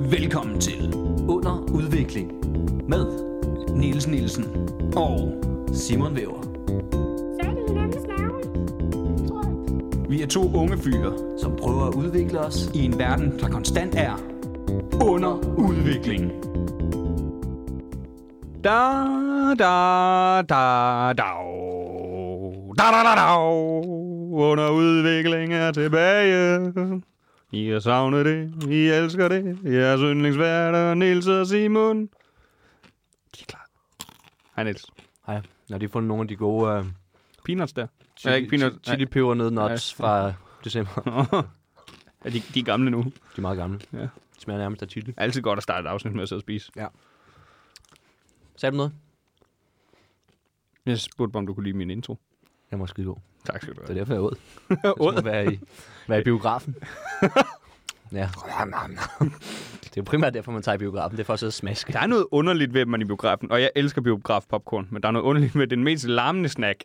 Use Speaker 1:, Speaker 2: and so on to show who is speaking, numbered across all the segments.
Speaker 1: Velkommen til
Speaker 2: Under udvikling med
Speaker 1: Niels Nielsen og
Speaker 2: Simon Væver,
Speaker 3: Sagde de hinandens navne? Tror jeg.
Speaker 1: vi er to unge fyre
Speaker 2: som prøver at udvikle os.
Speaker 1: i en verden, der konstant er under udvikling. Da da da da da da da da under udvikling er tilbage. I har savnet det, I elsker det. Jeres yndlingsværter, Niels og Simon. De er klar. Hej Niels.
Speaker 2: Hej. Jeg har lige fundet nogle af de gode uh,
Speaker 1: Peanuts der.
Speaker 2: chili,
Speaker 4: ikke peanuts.
Speaker 2: chili peber ned nuts
Speaker 4: Nej.
Speaker 2: fra december.
Speaker 4: Ja, de, de er gamle nu.
Speaker 2: De er meget gamle.
Speaker 4: Ja.
Speaker 2: De smager nærmest af chili.
Speaker 4: Altid godt at starte et afsnit med at sidde og spise.
Speaker 2: Sagde du noget?
Speaker 4: Jeg spurgte bare, om du kunne lide min intro.
Speaker 2: Jeg må skide god.
Speaker 4: Tak skal du
Speaker 2: Det er
Speaker 4: have.
Speaker 2: derfor, jeg er ud. Jeg skulle være i, være i biografen. ja. Det er jo primært derfor, man tager i biografen. Det er for at sidde og smaske.
Speaker 4: Der er noget underligt ved, at man er i biografen, og jeg elsker biografpopcorn, men der er noget underligt ved, at den mest larmende snack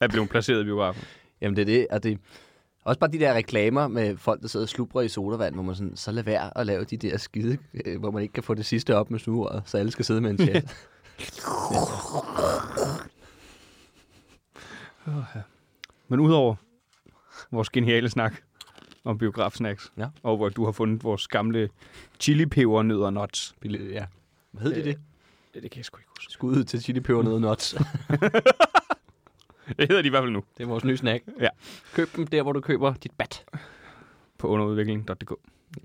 Speaker 4: er blevet placeret i biografen.
Speaker 2: Jamen det er det, og det også bare de der reklamer med folk, der sidder og slubrer i sodavand, hvor man sådan, så lad være at lave de der skide, øh, hvor man ikke kan få det sidste op med snuret, så alle skal sidde med en chat.
Speaker 4: Men udover vores geniale snak om biografsnacks,
Speaker 2: Ja.
Speaker 4: og hvor du har fundet vores gamle chili peber nødder nuts.
Speaker 2: ja. Hvad hed det det?
Speaker 4: Ja, det kan jeg sgu ikke huske.
Speaker 2: Skud til chili peber nede nuts.
Speaker 4: Det hedder de i hvert fald nu
Speaker 2: det er vores nye snack.
Speaker 4: Ja.
Speaker 2: Køb dem der, hvor du køber dit bat.
Speaker 4: på underudvikling.dk.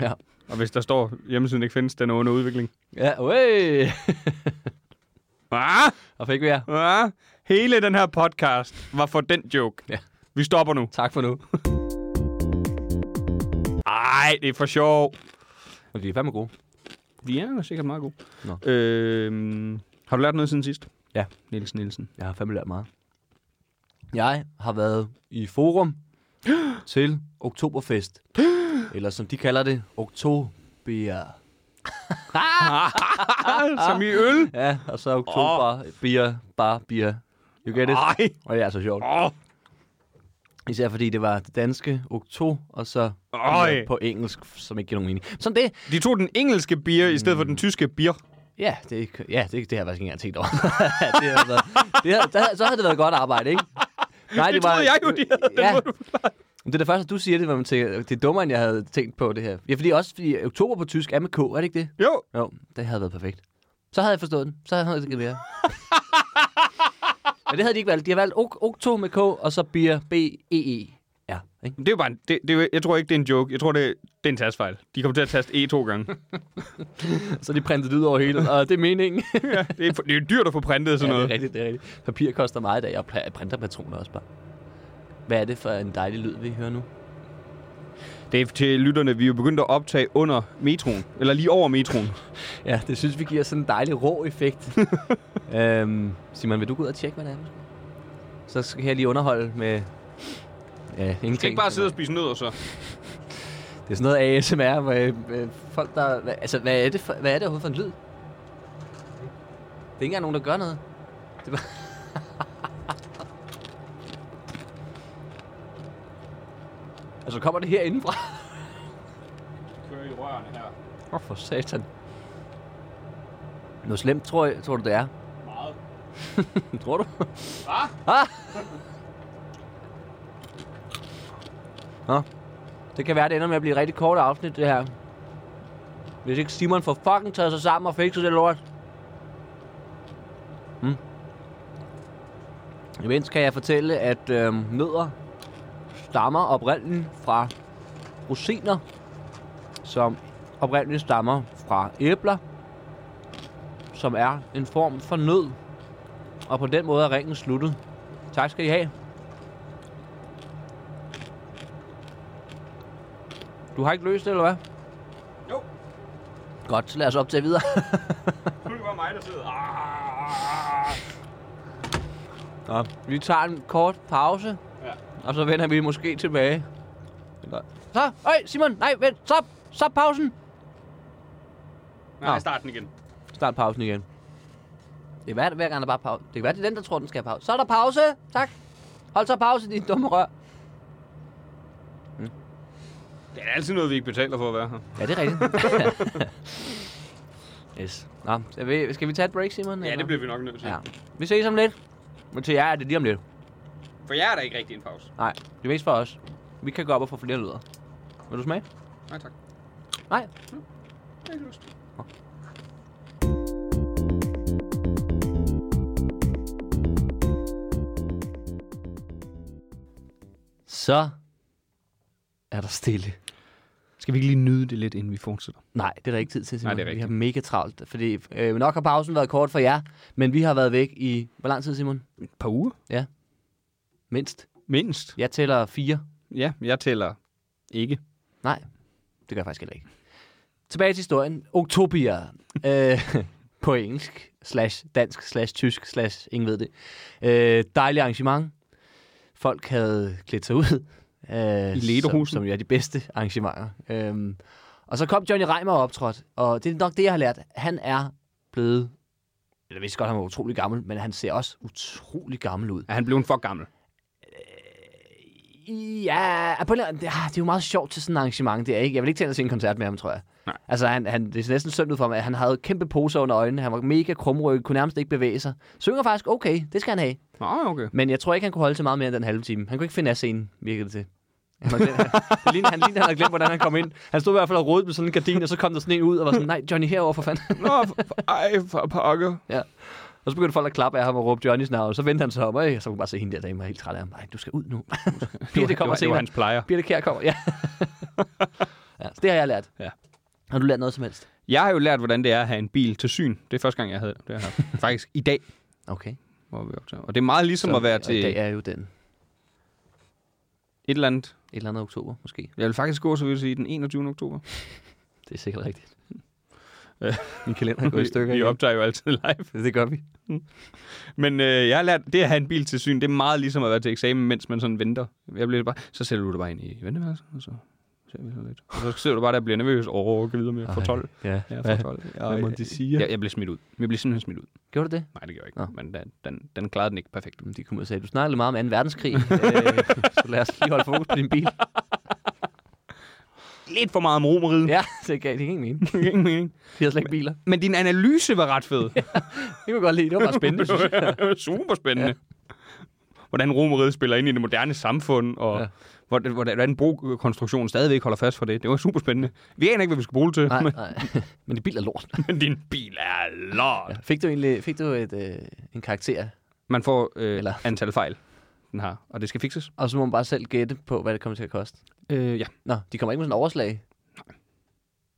Speaker 2: Ja.
Speaker 4: Og hvis der står, hjemmesiden ikke findes, den er under udvikling.
Speaker 2: Ja, uæh!
Speaker 4: Ah!
Speaker 2: og fik vi jer.
Speaker 4: Ah, hele den her podcast var for den joke.
Speaker 2: Ja.
Speaker 4: Vi stopper nu.
Speaker 2: Tak for nu.
Speaker 4: Ej, det er for sjov.
Speaker 2: Og de er fandme gode.
Speaker 4: De er sikkert meget gode.
Speaker 2: Nå.
Speaker 4: Øhm, har du lært noget siden sidst?
Speaker 2: Ja.
Speaker 4: Niels Nielsen.
Speaker 2: Jeg har fandme lært meget. Jeg har været i forum til Oktoberfest. Eller som de kalder det, Oktober.
Speaker 4: Ah, som i øl?
Speaker 2: Ja, og så oktober, oh. bier, bar, bier. You get it?
Speaker 4: Ej.
Speaker 2: Og det er så sjovt.
Speaker 4: Åh,
Speaker 2: Især fordi det var det danske okto, og så
Speaker 4: Oj.
Speaker 2: på engelsk, som ikke giver nogen mening. Sådan det.
Speaker 4: de tog den engelske bier i stedet for den tyske bier.
Speaker 2: Ja, det, ja, det, det har jeg faktisk ikke engang tænkt over. det har været, det har, der, så havde det været godt arbejde, ikke? Nej,
Speaker 4: Det troede jeg jo, de havde. Den
Speaker 2: Ja,
Speaker 4: måde, du
Speaker 2: men det er det første, du siger det, hvor man tænker, det er dummere, end jeg havde tænkt på det her. Ja, fordi også fordi oktober på tysk er med K, er det ikke det?
Speaker 4: Jo,
Speaker 2: Jo, det havde været perfekt. Så havde jeg forstået den. Så havde jeg det mere. Men det havde de ikke valgt. De har valgt ok- Okto med K, og så Bier B-E-E. Ja, ikke?
Speaker 4: det er jo bare en, det, det, er jo- jeg tror ikke, det er en joke. Jeg tror, det, det er en tastfejl. De kom til at taste E to gange.
Speaker 2: Så de printede det ud over hele, og det er meningen.
Speaker 4: ja, det, er, for- det er jo dyrt at få printet sådan
Speaker 2: ja, det er
Speaker 4: noget.
Speaker 2: rigtigt, det er rigtigt. Papir koster meget i dag, og pla- printerpatroner også bare. Hvad er det for en dejlig lyd, vi hører nu?
Speaker 4: Det er til lytterne, vi er jo begyndt at optage under metroen. Eller lige over metroen.
Speaker 2: Ja, det synes vi giver sådan en dejlig rå effekt. øhm, Simon, vil du gå ud og tjekke, hvad det er? Så skal jeg lige underholde med... Ja, ingenting.
Speaker 4: Skal ikke bare sidde og spise nødder, så?
Speaker 2: Det er sådan noget ASMR, hvor øh, øh, folk der... Hva, altså, hvad er, det for, hvad er det overhovedet for en lyd? Det er ikke engang nogen, der gør noget. Det er bare... altså, kommer det her indenfra?
Speaker 4: kører i rørene her.
Speaker 2: Åh, oh, for satan. Noget slemt, tror, jeg, tror du, det er?
Speaker 4: Meget.
Speaker 2: tror du?
Speaker 4: Hva?
Speaker 2: Ah! Nå. Det kan være, det ender med at blive et rigtig kort afsnit, det her. Hvis ikke Simon får fucking taget sig sammen og fikset det lort. Mm. Imens kan jeg fortælle, at øh, nødder stammer oprindeligt fra rosiner, som oprindeligt stammer fra æbler, som er en form for nød. Og på den måde er ringen sluttet. Tak skal I have. Du har ikke løst det, eller hvad?
Speaker 4: Jo,
Speaker 2: Godt, så lad os optage videre.
Speaker 4: nu er det bare mig, der sidder. Ah!
Speaker 2: Nå. Vi tager en kort pause,
Speaker 4: Ja.
Speaker 2: og så vender vi måske tilbage. Eller... Så, øj, Simon, nej, vent, stop, stop pausen.
Speaker 4: Nej, start den igen.
Speaker 2: Start pausen igen. Det er hver, hver gang, der bare er pause. Det kan være, det er den, der tror, den skal have pause. Så er der pause, tak. Hold så pause, din dumme rør.
Speaker 4: Det er altid noget, vi ikke betaler for at være her.
Speaker 2: Ja, det er rigtigt. yes. Nå, skal vi, skal vi tage et break, Simon?
Speaker 4: Ja,
Speaker 2: eller?
Speaker 4: det bliver vi nok nødt til.
Speaker 2: Ja. Vi ses om lidt. Men til jer er det lige om lidt.
Speaker 4: For jeg er da ikke rigtig en pause.
Speaker 2: Nej, det er mest for os. Vi kan gå op og få flere lyder. Vil du smage?
Speaker 4: Nej, tak.
Speaker 2: Nej.
Speaker 4: Jeg har ikke lyst.
Speaker 2: Så er der stille.
Speaker 1: Skal vi ikke lige nyde det lidt, inden vi fortsætter?
Speaker 2: Nej, det er der ikke tid til, Simon.
Speaker 4: Nej, det er
Speaker 2: vi
Speaker 4: rigtigt.
Speaker 2: har mega travlt, fordi øh, nok har pausen været kort for jer, men vi har været væk i... Hvor lang tid, Simon?
Speaker 1: Et par uger?
Speaker 2: Mindst.
Speaker 4: Mindst.
Speaker 2: Jeg tæller fire.
Speaker 4: Ja, jeg tæller ikke.
Speaker 2: Nej, det gør jeg faktisk heller ikke. Tilbage til historien. Octopia. øh, på engelsk, slash dansk, slash tysk, slash ingen ved det. Øh, dejlig arrangement. Folk havde klædt sig ud. Øh,
Speaker 4: I lederhosen.
Speaker 2: Som, som jo er de bedste arrangementer. Øhm, og så kom Johnny Reimer og optrådte, og det er nok det, jeg har lært. Han er blevet, jeg vidste godt, han var utrolig gammel, men han ser også utrolig gammel ud.
Speaker 4: Er han blevet for gammel?
Speaker 2: Ja, ah, på en eller anden, ja, det er jo meget sjovt til sådan et arrangement, det er ikke? Jeg vil ikke tænke at se en koncert med ham, tror jeg.
Speaker 4: Nej.
Speaker 2: Altså, han, han, det er næsten synd ud for ham, at han havde kæmpe poser under øjnene, han var mega krumrykket, kunne nærmest ikke bevæge sig. Synger faktisk okay, det skal han have.
Speaker 4: Nå, okay.
Speaker 2: Men jeg tror ikke, han kunne holde til meget mere end den halve time. Han kunne ikke finde af scenen, virkede det til. Han, havde glemt, han, det lignede, han, lignede, han havde glemt, hvordan han kom ind. Han stod i hvert fald og rodede med sådan en gardin, og så kom der sådan en ud og var sådan, nej, Johnny herover for fanden.
Speaker 4: Nå, for, ej, for pakker.
Speaker 2: Og så begyndte folk at klappe af ham og råbe Johnnys navn, og så vendte han sig om, og øh, så kunne man bare se hende der dame var helt træt af ham. Nej, du skal ud nu. Pia, det kommer
Speaker 4: det var
Speaker 2: senere.
Speaker 4: hans plejer.
Speaker 2: Birte Kjær kommer, ja. ja så det har jeg lært.
Speaker 4: Ja.
Speaker 2: Har du lært noget som helst?
Speaker 4: Jeg har jo lært, hvordan det er at have en bil til syn. Det er første gang, jeg havde det. det her. Faktisk i dag,
Speaker 2: Okay.
Speaker 4: hvor vi optager. Og det er meget ligesom så, at være
Speaker 2: og I
Speaker 4: til
Speaker 2: dag
Speaker 4: et
Speaker 2: er jo den. Et
Speaker 4: eller andet.
Speaker 2: eller andet oktober, måske.
Speaker 4: Jeg vil faktisk gå, så vil jeg sige, den 21. oktober.
Speaker 2: Det er sikkert rigtigt.
Speaker 4: Øh.
Speaker 2: Min kalender går i stykker.
Speaker 4: vi
Speaker 2: igen.
Speaker 4: optager jo altid live.
Speaker 2: Det gør vi.
Speaker 4: Men øh, jeg har lært, det at have en bil til syn, det er meget ligesom at være til eksamen, mens man sådan venter. Jeg bliver bare, så sætter du dig bare ind i venteværelset, og så ser vi så lidt. Og så sidder du bare der og bliver nervøs over at gå videre med for 12.
Speaker 2: Ja.
Speaker 4: Ja,
Speaker 2: Hvad-
Speaker 4: for 12. Og, øh,
Speaker 2: Hvad må de sige?
Speaker 4: Jeg, jeg blev smidt ud. Jeg blev simpelthen smidt ud.
Speaker 2: Gjorde du det?
Speaker 4: Nej, det gjorde jeg ikke.
Speaker 2: Nå.
Speaker 4: Nå. Men den, den, den klarede den ikke perfekt.
Speaker 2: De kom ud og sagde, du snakkede lidt meget om 2. verdenskrig. øh, så lad os lige holde fokus på din bil.
Speaker 4: Lidt for meget om romeriet.
Speaker 2: Ja, det gav det ingen mening.
Speaker 4: Det giver ingen mening.
Speaker 2: Vi har slet ikke biler.
Speaker 4: Men din analyse var ret fed.
Speaker 2: Det kunne jeg godt lide. Det var bare spændende, synes jeg.
Speaker 4: Super spændende. Ja. Hvordan romeriet spiller ind i det moderne samfund, og
Speaker 2: Ja.
Speaker 4: ja. hvordan, hvordan brokonstruktionen stadigvæk holder fast for det. Det var super spændende. Vi aner ikke, hvad vi skal bruge det til,
Speaker 2: Nej,
Speaker 4: men,
Speaker 2: nej. Men din bil er lort.
Speaker 4: men din bil er lort. Ja.
Speaker 2: Fik du egentlig fik du et, øh, en karakter?
Speaker 4: Man får øh,
Speaker 2: Eller-
Speaker 4: Eller... antal fejl, den har, og det skal fikses.
Speaker 2: Og så må man bare selv gætte på, hvad det kommer til at koste.
Speaker 4: Øh, ja.
Speaker 2: Nå, de kommer ikke med sådan en overslag?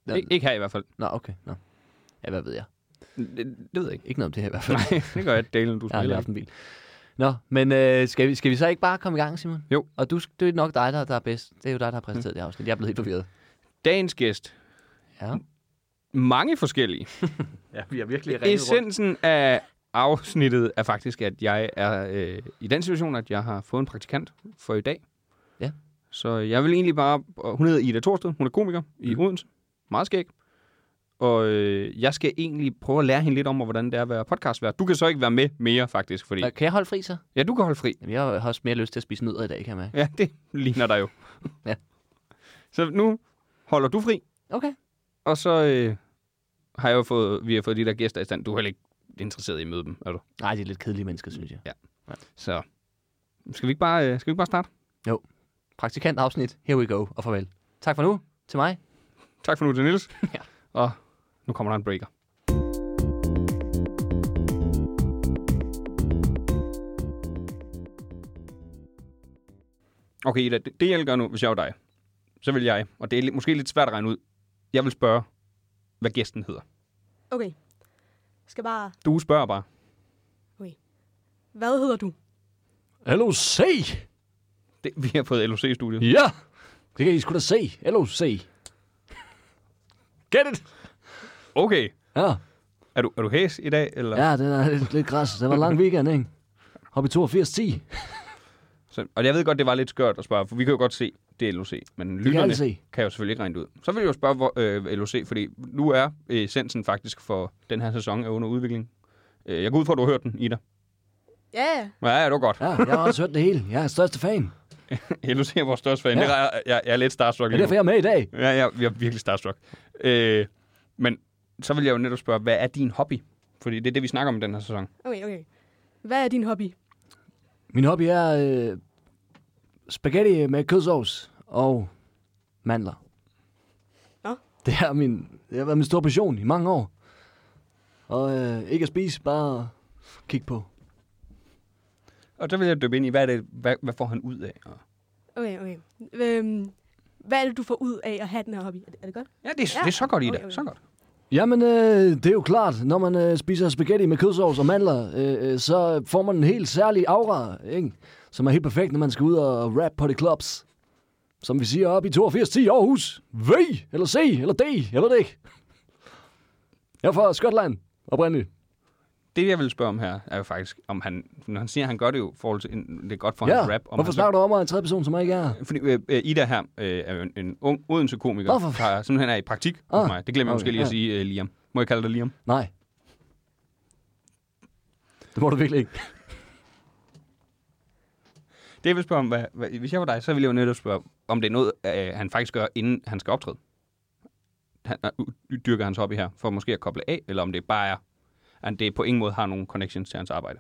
Speaker 2: Nej.
Speaker 4: Ik- ikke her i hvert fald.
Speaker 2: Nå, okay. Nå. Ja, hvad ved jeg?
Speaker 4: Det, det ved jeg ikke.
Speaker 2: Ikke noget om det her i hvert fald.
Speaker 4: Nej, det gør jeg, Dalen, du
Speaker 2: jeg har aldrig
Speaker 4: spiller.
Speaker 2: haft en bil. Nå, men øh, skal, vi, skal vi så ikke bare komme i gang, Simon?
Speaker 4: Jo.
Speaker 2: Og du, det er nok dig, der, der er bedst. Det er jo dig, der har præsenteret mm. det afsnit. Jeg er blevet helt forvirret.
Speaker 4: Dagens gæst.
Speaker 2: Ja.
Speaker 4: Mange forskellige.
Speaker 2: Ja, vi har virkelig
Speaker 4: Essensen af afsnittet er faktisk, at jeg er øh, i den situation, at jeg har fået en praktikant for i dag.
Speaker 2: Ja.
Speaker 4: Så jeg vil egentlig bare... og Hun hedder Ida Thorsted, hun er komiker i
Speaker 2: Mm.
Speaker 4: Odense. Meget skæg. Og øh, jeg skal egentlig prøve at lære hende lidt om, hvordan det er at være podcastvært. Du kan så ikke være med mere, faktisk, fordi...
Speaker 2: Kan jeg holde fri så?
Speaker 4: Ja, du kan holde fri.
Speaker 2: Jamen, jeg har også mere lyst til at spise nødder i dag, kan jeg mærke.
Speaker 4: Ja, det ligner dig jo.
Speaker 2: Ja.
Speaker 4: Så nu holder du fri,
Speaker 2: Okay.
Speaker 4: og så øh, har jeg jo fået, vi har fået de der gæster i stand. Du er heller ikke interesseret i at møde dem, er du?
Speaker 2: Nej, de er lidt kedelige mennesker, synes jeg.
Speaker 4: Så skal vi ikke bare, øh, skal vi ikke bare starte?
Speaker 2: Praktikant afsnit. Here we go. Og farvel. Tak for nu. Til mig.
Speaker 4: Tak for nu til Niels.
Speaker 2: Ja.
Speaker 4: Og nu kommer der en breaker. Okay, Ida, det, det jeg gør nu, hvis jeg var dig, så vil jeg, og det er lidt, måske lidt svært at regne ud, jeg vil spørge, hvad gæsten hedder.
Speaker 5: Okay. Jeg skal bare...
Speaker 4: Du spørger bare.
Speaker 5: Hvad hedder du?
Speaker 6: LOC!
Speaker 4: Det, vi har fået LOC-studiet.
Speaker 6: Ja! Det kan I sgu da se. LOC. Get it?
Speaker 4: Okay,
Speaker 6: Ja,
Speaker 4: er du, er du hæs i dag? Eller?
Speaker 6: ja det er lidt, lidt græs. Det var en lang weekend, ikke? Hop i 8210.
Speaker 4: Så, og jeg ved godt, det var lidt skørt at spørge, for vi kan jo godt se, det er LOC. Men
Speaker 6: Det kan
Speaker 4: lytterne
Speaker 6: alle se.
Speaker 4: kan jo selvfølgelig ikke regne det ud. Så vil jeg jo spørge hvor, øh, LOC, fordi nu er essensen faktisk for den her sæson er under udvikling. Øh, jeg går ud fra, at du har hørt den, Ida.
Speaker 5: Ja,
Speaker 4: Ja, ja, det var godt.
Speaker 6: Ja, jeg har også hørt det hele. Jeg er den største fan.
Speaker 4: Ja, du ser vores største fan.
Speaker 7: Ja.
Speaker 4: Ja. Det er, jeg, jeg er lidt starstruck
Speaker 7: Det er
Speaker 4: lige
Speaker 7: derfor, jeg er med i dag.
Speaker 4: nu. Ja, ja, vi er virkelig starstruck. Øh, men så vil jeg jo netop spørge, hvad er din hobby? Fordi det er det, vi snakker om i den her sæson.
Speaker 5: Okay, okay. Hvad er din hobby?
Speaker 7: Min hobby er øh, spaghetti med kødsovs og mandler.
Speaker 5: Nå.
Speaker 7: Det, er min, det har været min store passion i mange år. Og øh, ikke at spise, bare at kigge på.
Speaker 4: Og så vil jeg dykke ind i, hvad, er det, hvad, hvad får han ud af? Og...
Speaker 5: Okay, okay. Øhm, hvad er det, du får ud af at have den her hobby? Er det, er det godt?
Speaker 4: Ja, det er,
Speaker 5: Ja.
Speaker 4: ja. det er så godt, Ida.
Speaker 5: Okay, okay.
Speaker 4: Så godt.
Speaker 7: Jamen, øh, det er jo klart, når man øh, spiser spaghetti med kødsovs og mandler, øh, øh, så får man en helt særlig aura, ikke? som er helt perfekt, når man skal ud og rap på de clubs. Som vi siger op i 8210 Aarhus. V, eller C, eller D, jeg ved det ikke. Jeg er fra Skotland, oprindeligt.
Speaker 4: Det, jeg vil spørge om her, er jo faktisk, om han, når han siger, at han gør det jo i forhold til, en- det er godt for
Speaker 7: Ja,
Speaker 4: hans rap. Om
Speaker 7: hvorfor
Speaker 4: han så-
Speaker 7: snakker du om mig en tredje person, som jeg ikke er?
Speaker 4: Fordi øh, øh, Ida her øh, er jo en, en ung Odense-komiker,
Speaker 7: Nå, for-
Speaker 4: der simpelthen er i praktik ah,
Speaker 7: Ah,
Speaker 4: hos mig. Det glemmer jeg
Speaker 7: okay,
Speaker 4: måske lige at sige, øh, Liam. Må jeg kalde dig Liam?
Speaker 7: Nej. Det må du virkelig ikke.
Speaker 4: Det jeg vil spørge om, hvad, hvad, hvis jeg var dig, så ville jeg jo netop spørge, om det er noget, øh, han faktisk gør, inden han skal optræde. Han, øh, u- dyrker hans hobby her, for måske at koble af, eller om det bare er, at det på ingen måde har nogen connections til hans arbejde.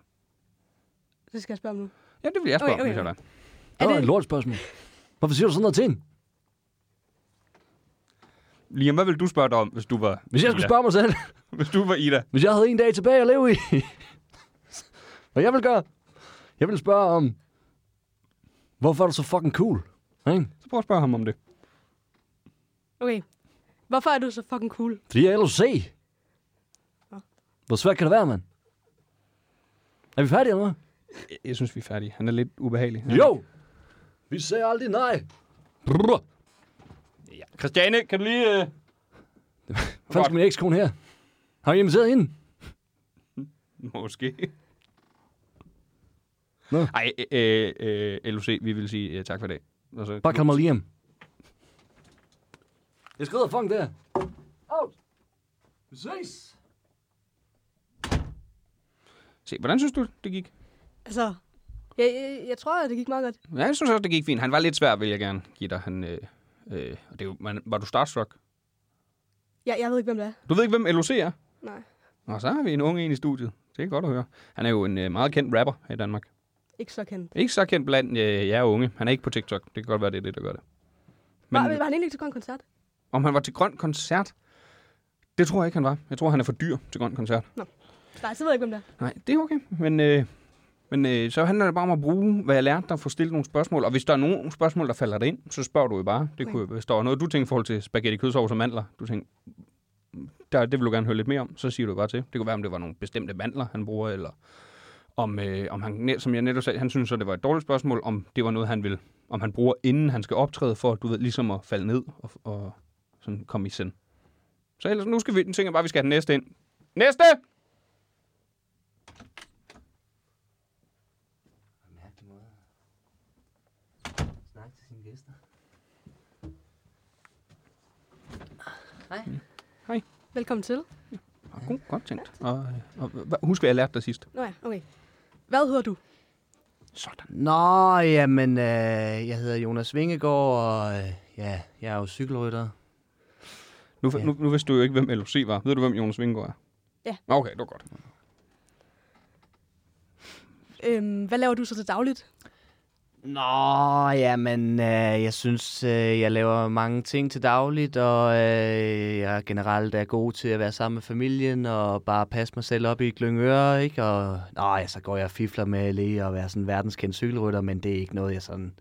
Speaker 5: Det skal jeg spørge om nu.
Speaker 4: Ja, det vil jeg spørge
Speaker 5: Okay,
Speaker 4: okay, okay. om,
Speaker 5: okay,
Speaker 4: hvis jeg var dig.
Speaker 7: Det var
Speaker 5: det-
Speaker 7: et lort spørgsmål. Hvorfor siger du sådan noget til hende?
Speaker 4: Liam, hvad ville du spørge dig om, hvis du var
Speaker 7: Hvis jeg skulle
Speaker 4: Ida?
Speaker 7: spørge mig selv,
Speaker 4: Hvis du var Ida.
Speaker 7: Hvis jeg havde en dag tilbage at leve i, hvad jeg vil gøre, jeg vil spørge om, hvorfor er du så fucking cool? Ikke?
Speaker 4: Så prøv at spørge ham om det.
Speaker 5: Okay. Hvorfor er du så fucking cool?
Speaker 7: Fordi jeg er LOC.
Speaker 5: Nå.
Speaker 7: Hvor svært kan det være, mand? Er vi færdige eller hvad?
Speaker 4: Jeg, jeg synes, vi er færdige. Han er lidt ubehagelig.
Speaker 7: Jo! Vi sagde aldrig nej. Brrr.
Speaker 4: Christiane, kan du lige... Øh...
Speaker 7: Fandt skal min ekskone her. Har I inviteret hende?
Speaker 4: Måske.
Speaker 7: Nå.
Speaker 4: Ej, øh, øh, LOC, vi vil sige øh, tak for i dag. Og så-
Speaker 7: Bare kald mig Liam. Jeg skrider fucking der. Out. Vi ses.
Speaker 4: Se, hvordan synes du, det gik?
Speaker 5: Altså, jeg, jeg, jeg tror, at det gik meget godt.
Speaker 4: Ja, jeg synes også, det gik fint. Han var lidt svær, vil jeg gerne give dig. Han, øh, øh, og det er jo, man, var du starstruck?
Speaker 5: Jeg, jeg ved ikke, hvem det er.
Speaker 4: Du ved ikke, hvem LOC er?
Speaker 5: Nej.
Speaker 4: Nå, så har vi en ung en i studiet. Det er godt at høre. Han er jo en øh, meget kendt rapper her i Danmark.
Speaker 5: Ikke så kendt.
Speaker 4: Ikke så kendt blandt øh, jer unge. Han er ikke på TikTok. Det kan godt være, det er det, der gør det.
Speaker 5: Men... Var, var han egentlig ikke til grøn koncert?
Speaker 4: Om han var til grøn koncert? Det tror jeg ikke, han var. Jeg tror, han er for dyr til grøn koncert.
Speaker 5: Nej, så ved jeg ikke, hvem det er.
Speaker 4: Nej, det er okay. Men, øh, men øh, så handler det bare om at bruge, hvad jeg lærte dig, og få stillet nogle spørgsmål. Og hvis der er nogle spørgsmål, der falder dig ind, så spørger du jo bare. Det kunne, hvis der var noget, du tænkte i forhold til spaghetti, kødsovs og mandler, du tænkte, "Mm, der, det vil du gerne høre lidt mere om, så siger du bare til. Det kunne være, om det var nogle bestemte mandler, han bruger, eller om, øh, om han, net- som jeg netop sagde, han synes, så det var et dårligt spørgsmål, om det var noget, han vil, om han bruger, inden han skal optræde, for du ved, ligesom at falde ned og, og sådan komme i send. Så ellers, nu skal vi, nu tænker jeg bare, at vi skal have den næste ind. Næste!
Speaker 5: Velkommen til.
Speaker 4: Og god, godt tænkt. Og, og, og husk, hvad jeg lærte dig sidst.
Speaker 5: Nå ja, okay. Hvad hedder du?
Speaker 4: Sådan.
Speaker 2: Nå, jamen, øh, jeg hedder Jonas Vingegaard, og øh, ja, jeg er jo cykelrytter.
Speaker 4: Nu, ja. nu, nu vidste du jo ikke, hvem LOC var. Ved du, hvem Jonas Vingegaard er?
Speaker 5: Ja.
Speaker 4: Nå, Okay, det var godt.
Speaker 5: Øhm, hvad laver du så til dagligt?
Speaker 2: Nå, jamen, øh, jeg synes, øh, jeg laver mange ting til dagligt, og øh, jeg generelt er god til at være sammen med familien, og bare passe mig selv op i Glyngøre, ikke? Og nå, ja, så går jeg og fifler med lige at være sådan verdenskendt cykelrytter, men det er ikke noget, jeg sådan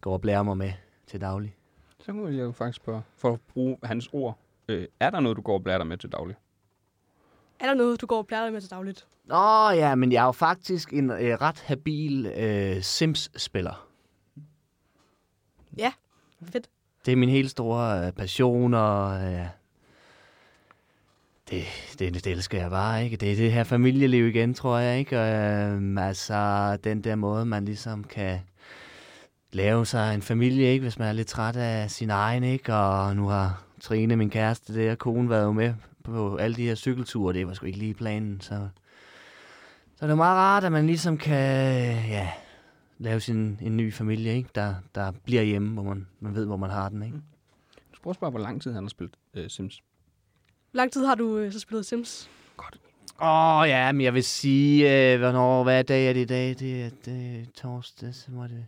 Speaker 2: går og blærer mig med til daglig.
Speaker 4: Så kunne jeg jo faktisk spørge, for at bruge hans ord. Øh, er der noget, du går og blærer dig med til daglig?
Speaker 5: Er der noget, du går og plejer dig med til dagligt?
Speaker 2: Nå ja, men jeg er jo faktisk en øh, ret habil øh, Sims-spiller.
Speaker 5: Ja, fedt.
Speaker 2: Det er min helt store øh, passion, og øh, ja. det, det, det elsker jeg bare, ikke? Det er det her familieliv igen, tror jeg, ikke? Og, øh, altså, den der måde, man ligesom kan lave sig en familie, ikke? Hvis man er lidt træt af sin egen, ikke? Og nu har Trine, min kæreste, der og konen været jo med på alle de her cykelture, det var sgu ikke lige planen, så... Så det er meget rart, at man ligesom kan, ja, lave sin en ny familie, ikke? Der, der bliver hjemme, hvor man, man ved, hvor man har den. Ikke?
Speaker 4: Du prøver at spørge, hvor lang tid han har spillet øh, Sims.
Speaker 5: Hvor lang tid har du øh, så spillet Sims?
Speaker 2: Åh, oh, ja, men jeg vil sige, øh, hvornår, hvad dag er det i dag? Det er, det er torsdag, så var det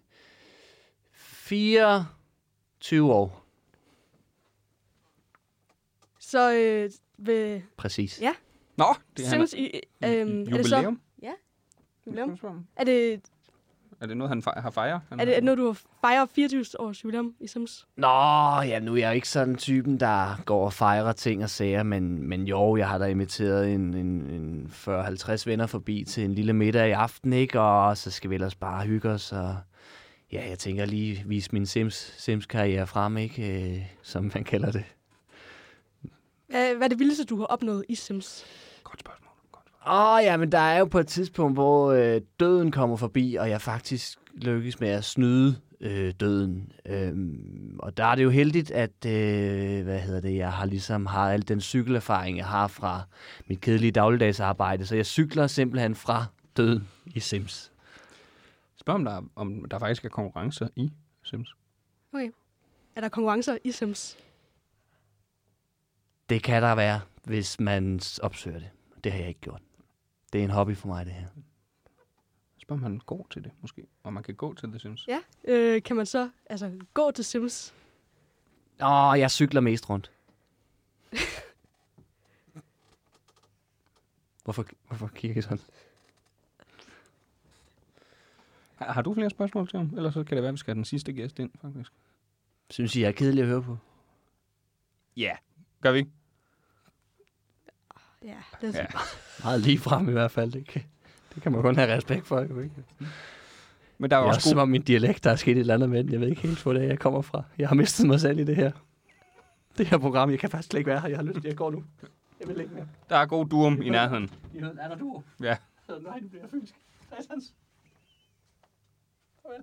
Speaker 2: 24 år,
Speaker 5: Så øh, ved
Speaker 2: præcis.
Speaker 5: Ja.
Speaker 4: Nå, det er
Speaker 5: Sims... I, øh, øhm,
Speaker 4: han,
Speaker 5: er det så...
Speaker 4: jubilæum.
Speaker 5: Jubilæum? Er det,
Speaker 4: Er det noget, han fej- har fejret? Han
Speaker 5: er det, er det noget, du fejrer 24 års jubilæum i Sims?
Speaker 2: Nå, ja, nu er jeg jo ikke sådan typen, der går og fejrer ting og sager, men, men jo, jeg har da inviteret en, en, en 40-50 venner forbi til en lille middag i aften, ikke? Og så skal vi ellers bare hygge os, og ja, jeg tænker lige vise min Sims, Sims-karriere frem, ikke? Øh, som man kalder det.
Speaker 5: Hvad, hvad er det vildeste, du har opnået i Sims?
Speaker 4: Godt spørgsmål. Godt.
Speaker 2: Åh, oh, ja, men der er jo på et tidspunkt, hvor øh, døden kommer forbi, og jeg faktisk lykkes med at snyde øh, døden. Øhm, og der er det jo heldigt, at øh, hvad hedder det, jeg har ligesom har al den cykelerfaring, jeg har fra mit kedelige dagligdagsarbejde, så jeg cykler simpelthen fra døden i Sims.
Speaker 4: Spørg, om der, om der faktisk er konkurrencer i Sims.
Speaker 5: Er der konkurrencer i Sims?
Speaker 2: Det kan der være, hvis man s- opsøger det. Det har jeg ikke gjort. Det er en hobby for mig, det her.
Speaker 4: Spørg, om han går til det, måske. Om man kan gå til det, Sims.
Speaker 5: Ja. Øh, kan man så altså, gå til Sims?
Speaker 2: Åh, oh, jeg cykler mest rundt. hvorfor, hvorfor kigger I sådan?
Speaker 4: Har, har du flere spørgsmål til ham? Ellers så kan det være, at vi skal have den sidste gæst ind, faktisk.
Speaker 2: Synes I, jeg er kedelig at høre på?
Speaker 4: Gør vi ikke?
Speaker 5: Ja, det er
Speaker 4: Ja.
Speaker 5: ja.
Speaker 2: Meget lige frem i hvert fald, ikke? Det kan man kun have respekt for, jo ikke?
Speaker 4: Men der er jo
Speaker 2: Det er
Speaker 4: også
Speaker 2: også som om min dialekt, der er sket et eller andet med den. Jeg ved ikke helt, hvor det er, jeg kommer fra. Jeg har mistet mig selv i det her. Det her program, jeg kan faktisk slet ikke være her. Jeg har lyst til, jeg går nu. Jeg vil ikke mere.
Speaker 4: god, der er god durum i nærheden.
Speaker 2: I ved, er der du?
Speaker 4: Ja.
Speaker 2: Nej, nu bliver jeg fynsk. Christians. Farvel.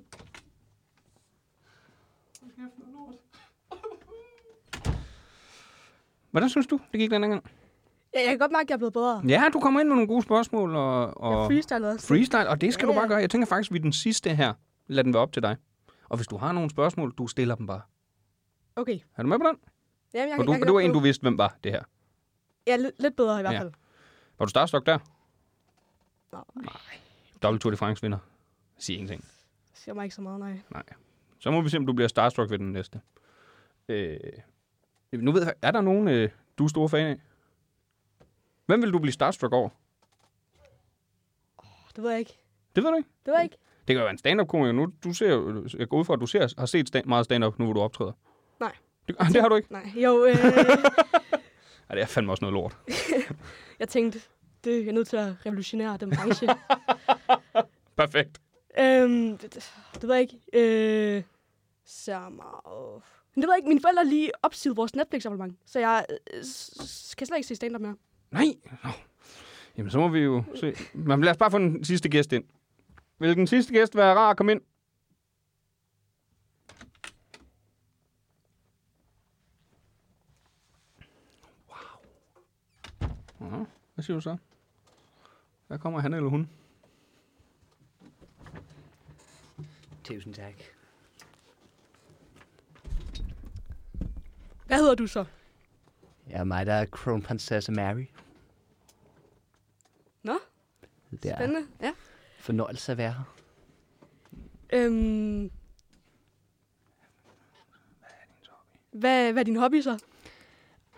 Speaker 4: Hvordan synes du, det gik den her gang?
Speaker 5: ja, jeg kan godt mærke, at jeg er blevet bedre.
Speaker 4: Ja, du kommer ind med nogle gode spørgsmål og,
Speaker 5: Jeg
Speaker 4: og
Speaker 5: freestyler også.
Speaker 4: freestyle, og det skal
Speaker 5: Ja,
Speaker 4: du bare
Speaker 5: ja.
Speaker 4: gøre. Jeg tænker faktisk, at vi er den sidste her. Lad den være op til dig. Og hvis du har nogle spørgsmål, du stiller dem bare.
Speaker 5: Okay.
Speaker 4: Er du med på den?
Speaker 5: Jamen, jeg,
Speaker 4: Og du,
Speaker 5: jeg,
Speaker 4: og du er en, du vidste, hvem var det her.
Speaker 5: Jeg er lidt, lidt bedre i hvert
Speaker 4: Ja.
Speaker 5: fald.
Speaker 4: Var du starstruck der?
Speaker 5: Nej.
Speaker 4: Dobbelt Tour de France vinder. Sig ingenting.
Speaker 5: Det siger mig ikke så meget, nej.
Speaker 4: Så må vi se, om du bliver starstruck ved den næste. Øh, nu ved jeg, er der nogen, øh, du er store fan af? Hvem vil du blive starstruck over?
Speaker 5: Det ved jeg ikke.
Speaker 4: Det ved du ikke.
Speaker 5: Det ved jeg ikke.
Speaker 4: Det kan jo være en stand-up-komiker. Nu, du ser, jo- jeg går ud fra, at du ser, har set stand, meget stand-up, nu hvor du optræder.
Speaker 5: Nej.
Speaker 4: Det, det har du ikke?
Speaker 5: Nej, jo, øh,
Speaker 4: Ej, det er fandme også noget lort.
Speaker 5: jeg tænkte, det jeg er nødt til at revolutionere den branche.
Speaker 4: Perfekt.
Speaker 5: øhm, det, det ved jeg ikke. Øh, så meget... Men det ved jeg ikke, mine forældre lige opsigede vores Netflix-abonnement, så jeg øh, s- s- kan slet ikke se stand-up mere.
Speaker 4: Nej. Nå. Jamen, så må vi jo se. Men lad os bare få den sidste gæst ind. Vil den sidste gæst være rar at komme ind? Wow. Nå, hvad siger du så? Hvad kommer han eller hun?
Speaker 2: Tusind tak.
Speaker 5: Hvad hedder du så?
Speaker 2: Ja, mig, der er kronprinsesse Mary.
Speaker 5: Nå,
Speaker 2: Det er
Speaker 5: Spændende, ja.
Speaker 2: fornøjelse at være her.
Speaker 5: Øhm, hvad, hvad er din hobby så?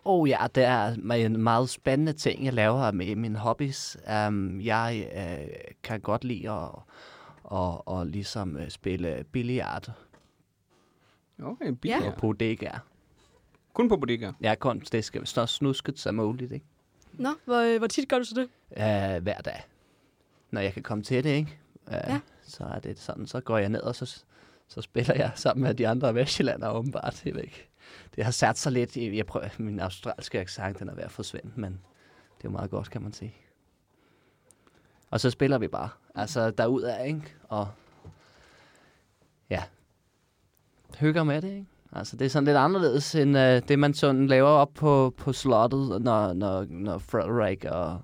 Speaker 2: Oh ja, det er me- en meget spændende ting, jeg laver med mine hobbies. Um, jeg øh, kan godt lide at, og, og ligesom øh, spille billiard
Speaker 4: Okay, biler.
Speaker 2: ja.
Speaker 4: Ja.
Speaker 2: og bodegaer.
Speaker 4: Kun på bodegaer.
Speaker 2: Jeg er kun, det skal så snusket som muligt, ikke?
Speaker 5: Nå, hvor, øh, hvor tit gør du så det?
Speaker 2: Uh, hver dag. Når jeg kan komme til det, ikke? Uh,
Speaker 5: Ja.
Speaker 2: Så er det sådan, så går jeg ned, og så, så spiller jeg sammen med de andre vestjyllander åbenbart. Jeg ved ikke. Det har sat sig lidt. i- Jeg prøver, min australske accent, den er ved at forsvinde, men det er jo meget godt, kan man sige. Og så spiller vi bare. Altså derudad, ikke? Og ja, hygger med det, ikke? Altså, det er sådan lidt anderledes end øh, det, man sådan laver op på, på slottet, når, når, når Frederik og,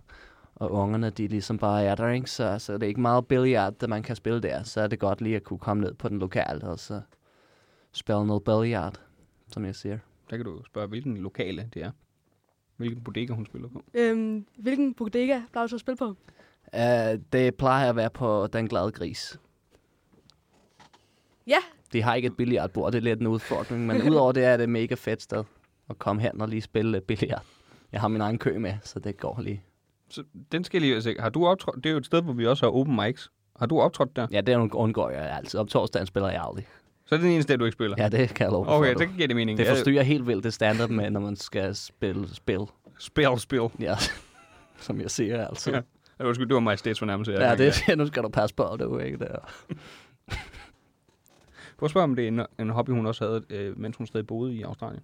Speaker 2: og ungerne, de ligesom bare er der, ikke? Så, så det er ikke meget billiard, der man kan spille der. Så er det godt lige at kunne komme ned på den lokale, og så spille noget billiard, som jeg siger.
Speaker 4: Der kan du spørge, hvilken lokale det er. Hvilken bodega hun spiller på.
Speaker 5: Øhm, hvilken bodega plejer du så at spille på?
Speaker 2: Uh, det plejer at være på Den Glade Gris.
Speaker 5: Ja.
Speaker 2: De har ikke et billiardbord, det er lidt en udfordring, men udover det er det et mega fedt sted at komme hen og lige spille lidt billiard. Jeg har min egen kø med, så det går lige.
Speaker 4: Så den skal jeg lige se. Har du optrådt? Det er jo et sted, hvor vi også har open mics. Har du optrådt der?
Speaker 2: Ja, det undgår jeg altid. Om torsdagen spiller jeg aldrig.
Speaker 4: Så er det den eneste, du ikke spiller.
Speaker 2: Ja, det kan jeg love dig
Speaker 4: okay,
Speaker 2: for,
Speaker 4: det
Speaker 2: du.
Speaker 4: giver det mening.
Speaker 2: det
Speaker 4: Ja,
Speaker 2: forstyrrer helt vildt det standard med, når man skal spille spil.
Speaker 4: Spil, spil.
Speaker 2: Ja, som jeg siger altid.
Speaker 4: Ja.
Speaker 2: Ja,
Speaker 4: Eller undskyld, det var majestætsfornærmelse. jeg
Speaker 2: ja
Speaker 4: gang
Speaker 2: det
Speaker 4: i.
Speaker 2: er nu skal du passe på, det er jo ikke der.
Speaker 4: Prøv at spørge, om det er en, en hobby, hun også havde, øh, mens hun stadig boede i Australien.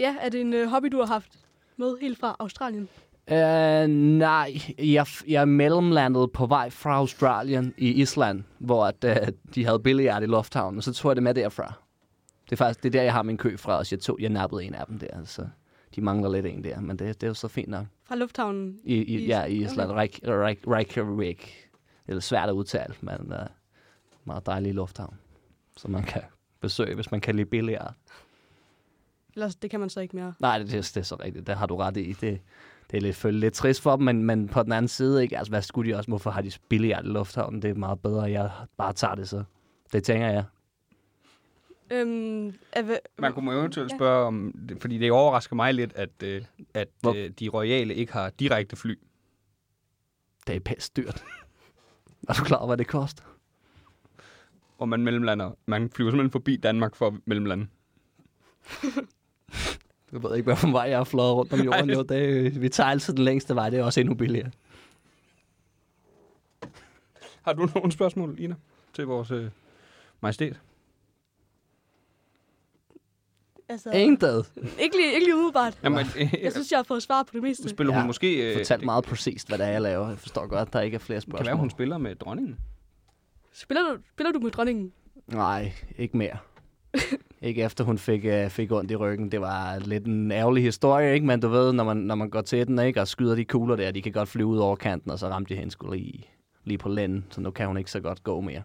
Speaker 5: Ja, er det en øh, hobby, du har haft med helt fra Australien?
Speaker 2: Uh, nej, jeg, jeg er mellemlandet på vej fra Australien i Island, hvor at, uh, de havde billiard i lufthavnen, og så tog jeg det med derfra. Det er faktisk det er der, jeg har min kø fra, og jeg, tog, jeg nappede en af dem der, så de mangler lidt en der, men det, det er jo så fint nok.
Speaker 5: Fra lufthavnen?
Speaker 2: I, i,
Speaker 5: Is-
Speaker 2: ja, i Island, Reik- Reik- Reykjavik. Det er svært at udtale, men uh, meget dejlig lufthavn, som man kan besøge, hvis man kan lide billiard.
Speaker 5: Ellers, det kan man så ikke mere.
Speaker 2: Nej, det, det, det er så rigtigt. Det har du ret i. Det, det er lidt, følge, lidt trist for dem, men, men på den anden side, ikke? Altså, hvad skulle de også? Hvorfor har de billigere i lufthavnen? Det er meget bedre, at jeg bare tager det så. Det tænker jeg.
Speaker 5: Øhm, er, hva-
Speaker 4: Man kunne jo eventuelt
Speaker 5: Ja.
Speaker 4: spørge om, det, fordi det overrasker mig lidt, at, øh, at
Speaker 2: Hvor-
Speaker 4: øh, de royale ikke har direkte fly.
Speaker 2: Det er pæst dyrt. er du klar over, hvad det koster?
Speaker 4: Og man mellemlander. Man flyver simpelthen forbi Danmark for at mellemlande.
Speaker 2: Jeg ved ikke, hvilken vej jeg har flået rundt om jorden.
Speaker 4: Nej.
Speaker 2: jo, det, er- øh, vi tager altid den længste vej. Det er også endnu billigere.
Speaker 4: Har du nogle spørgsmål, Ina, til vores øh, majestæt?
Speaker 5: altså,
Speaker 2: Intet.
Speaker 5: ikke, lige, ikke lige umiddelbart.
Speaker 4: Jamen, øh,
Speaker 5: Jeg synes, jeg har fået svar på det meste.
Speaker 4: spiller hun
Speaker 2: Ja,
Speaker 4: måske... øh,
Speaker 2: Fortalt
Speaker 4: det
Speaker 2: meget præcist, hvad det er, jeg laver. Jeg forstår godt, at der ikke er flere spørgsmål.
Speaker 4: kan være, hun spiller med dronningen.
Speaker 5: Spiller du, spiller du med dronningen?
Speaker 2: Nej, ikke mere. ikke efter hun fik, øh, fik ondt i ryggen. Det var lidt en ærgerlig historie, ikke? Men du ved, når man, når man går til den, ikke? Og skyder de kugler der, de kan godt flyve ud over kanten, og så ramte de hende skulle lige, lige på lænden. Så nu kan hun ikke så godt gå mere.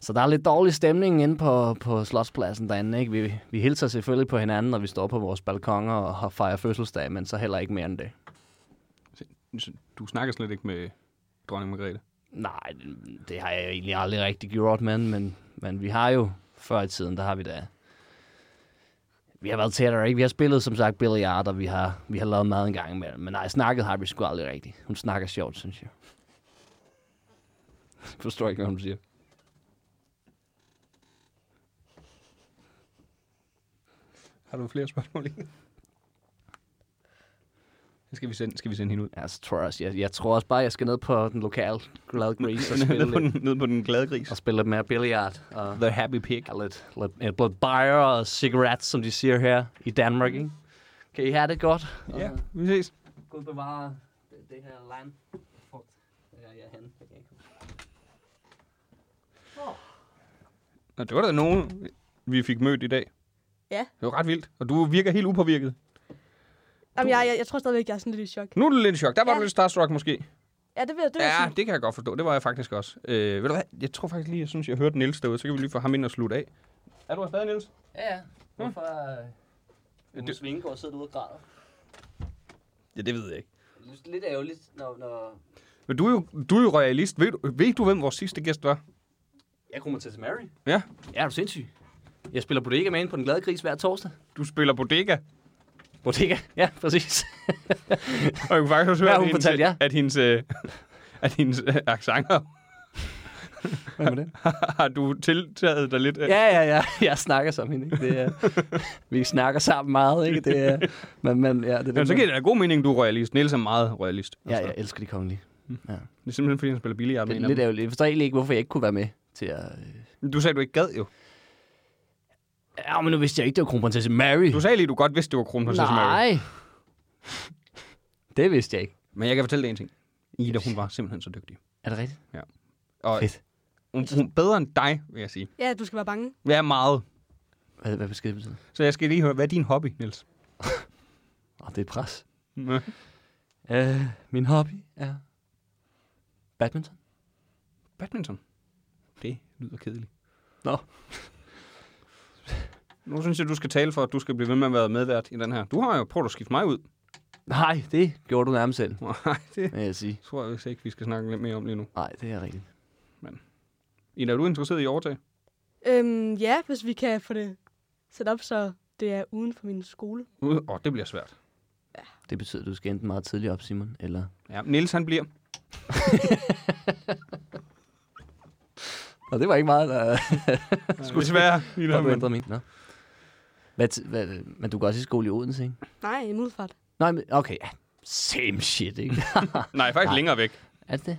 Speaker 2: Så der er lidt dårlig stemning inde på, på slotspladsen derinde, ikke? Vi, vi hilser selvfølgelig på hinanden, når vi står på vores balkonger og har- fejrer fødselsdag, men så heller ikke mere end det.
Speaker 4: Så Du snakker slet ikke med dronning Margrethe.
Speaker 2: Nej, det har jeg jo egentlig aldrig rigtig gjort, men, men, men vi har jo før i tiden, der har vi da... Vi har været tættere, ikke? Vi har spillet, som sagt, billiard, og vi har, vi har lavet mad en gang imellem. Men nej, snakket har vi sgu aldrig rigtigt. Hun snakker sjovt, synes jeg. Jeg forstår ikke, hvad hun siger.
Speaker 4: Har du flere spørgsmål, Ina? Skal vi sende, skal vi sende hende ud?
Speaker 2: Ja, så tror jeg, også, jeg, jeg tror også bare, jeg skal ned på den lokale glade grease og
Speaker 4: ned, på
Speaker 2: spille lidt,
Speaker 4: den, ned på den glade gris.
Speaker 2: og spille lidt mere billiard. Og
Speaker 4: The Happy Pig.
Speaker 2: have lidt, lidt, lidt, lidt bajer og cigarettes, som de siger her i Danmark, ikke? Kan I have det godt?
Speaker 4: Ja, vi ses.
Speaker 2: Gud bevare det, det her land. Fuck. Ja, jeg er henne. Jeg kan ikke huske.
Speaker 4: Nå, det var da nogen, vi fik mødt i dag.
Speaker 5: Ja.
Speaker 4: Det var ret vildt. Og du virker helt upåvirket.
Speaker 5: Jamen, jeg, jeg, jeg tror stadigvæk, jeg er sådan lidt i chok.
Speaker 4: Nu er du lidt i chok. Der var
Speaker 5: Ja.
Speaker 4: du lidt starstruck måske.
Speaker 5: Ja, det vil jeg, det vil jeg
Speaker 4: Ja,
Speaker 5: sige.
Speaker 4: det kan jeg godt forstå. Det var jeg faktisk også. Øh, ved du hvad? Jeg tror faktisk lige, jeg synes, jeg hørte Nils derude. Så kan vi lige få ham ind og slutte af. Er du afsted, Nils?
Speaker 2: Ja, ja. Hvorfor... Øh,
Speaker 4: Hm. Det-
Speaker 2: det... Svingegård sidder ude og græder.
Speaker 4: Ja, det ved jeg ikke.
Speaker 2: Det er Lidt ærgerligt, når, når...
Speaker 4: Men du er jo, du er jo royalist. Ved du, ved du, hvem vores sidste gæst var?
Speaker 2: Jeg kommer til til Mary.
Speaker 4: Ja.
Speaker 2: Ja, er du sindssyg? Jeg spiller bodega med hende på den glade gris hver torsdag.
Speaker 4: Du spiller bodega.
Speaker 2: Bodega? Ja, præcis.
Speaker 4: Og jeg kunne faktisk også
Speaker 2: Hvad
Speaker 4: høre,
Speaker 2: har
Speaker 4: at
Speaker 2: hun
Speaker 4: hendes,
Speaker 2: fortalt jer?
Speaker 4: at hendes, øh, at hendes øh, accenter
Speaker 2: Hvad med det?
Speaker 4: har du tiltaget dig lidt af.
Speaker 2: Ja, ja, ja. Jeg snakker som hende, ikke? Det er, vi snakker sammen meget, ikke? Det er, men, men, ja, det er det,
Speaker 4: Jamen, så
Speaker 2: man-
Speaker 4: giver det da god mening, du er royalist. Niels er meget royalist.
Speaker 2: Ja, jeg elsker de kongelige.
Speaker 4: Det er simpelthen, fordi han spiller billigere med
Speaker 2: Det
Speaker 4: en
Speaker 2: er
Speaker 4: af
Speaker 2: lidt
Speaker 4: dem.
Speaker 2: ærgerligt. Jeg forstår egentlig ikke, hvorfor jeg ikke kunne være med til at... øh,
Speaker 4: Du sagde, du ikke gad jo.
Speaker 2: Ja, men nu vidste jeg ikke, det var kronprinsesse Mary.
Speaker 4: Du sagde lige, du godt vidste, det var kronprinsesse Mary.
Speaker 2: Nej. Det vidste jeg ikke.
Speaker 4: Men jeg kan fortælle dig en ting. Ida, hun var simpelthen så dygtig.
Speaker 2: Er det rigtigt?
Speaker 4: Og
Speaker 2: Fedt.
Speaker 4: hun, hun bedre end dig, vil jeg sige.
Speaker 5: Ja, du skal være bange.
Speaker 4: Jeg er meget.
Speaker 2: Hvad, hvad besked betyder det?
Speaker 4: Så jeg skal lige høre, hvad er din hobby, Niels?
Speaker 2: Oh, det er pres. Øh, min hobby er badminton.
Speaker 4: Badminton. Det lyder kedeligt.
Speaker 2: Nå.
Speaker 4: nu synes jeg, du skal tale for, at du skal blive ved med at være medvært i den her. Du har jo prøvet at skifte mig ud.
Speaker 2: Nej, det gjorde du nærmest selv,
Speaker 4: Nej, det
Speaker 2: vil jeg sige.
Speaker 4: tror jeg vist ikke, vi skal snakke lidt mere om lige nu.
Speaker 2: Nej, det er rigtigt.
Speaker 4: Ida, er du interesseret i overtag?
Speaker 5: Øhm, ja, hvis vi kan få det sat op, så det er uden for min skole.
Speaker 4: Ude? Åh, oh, det bliver svært.
Speaker 2: Det betyder, at du skal enten meget tidligt op, Simon, eller...
Speaker 4: Ja, Niels han bliver.
Speaker 2: Nå, det var ikke meget, der
Speaker 4: Skulle desværre, Ida.
Speaker 2: du
Speaker 4: Men...
Speaker 2: ændrede min. Nå. Hvad, t- hvad, men du går også i skole i Odense, ikke?
Speaker 5: Nej, i Middelfart.
Speaker 2: Nej, men okay, ja. Same shit, ikke?
Speaker 4: Nej, faktisk længere væk.
Speaker 2: er det det?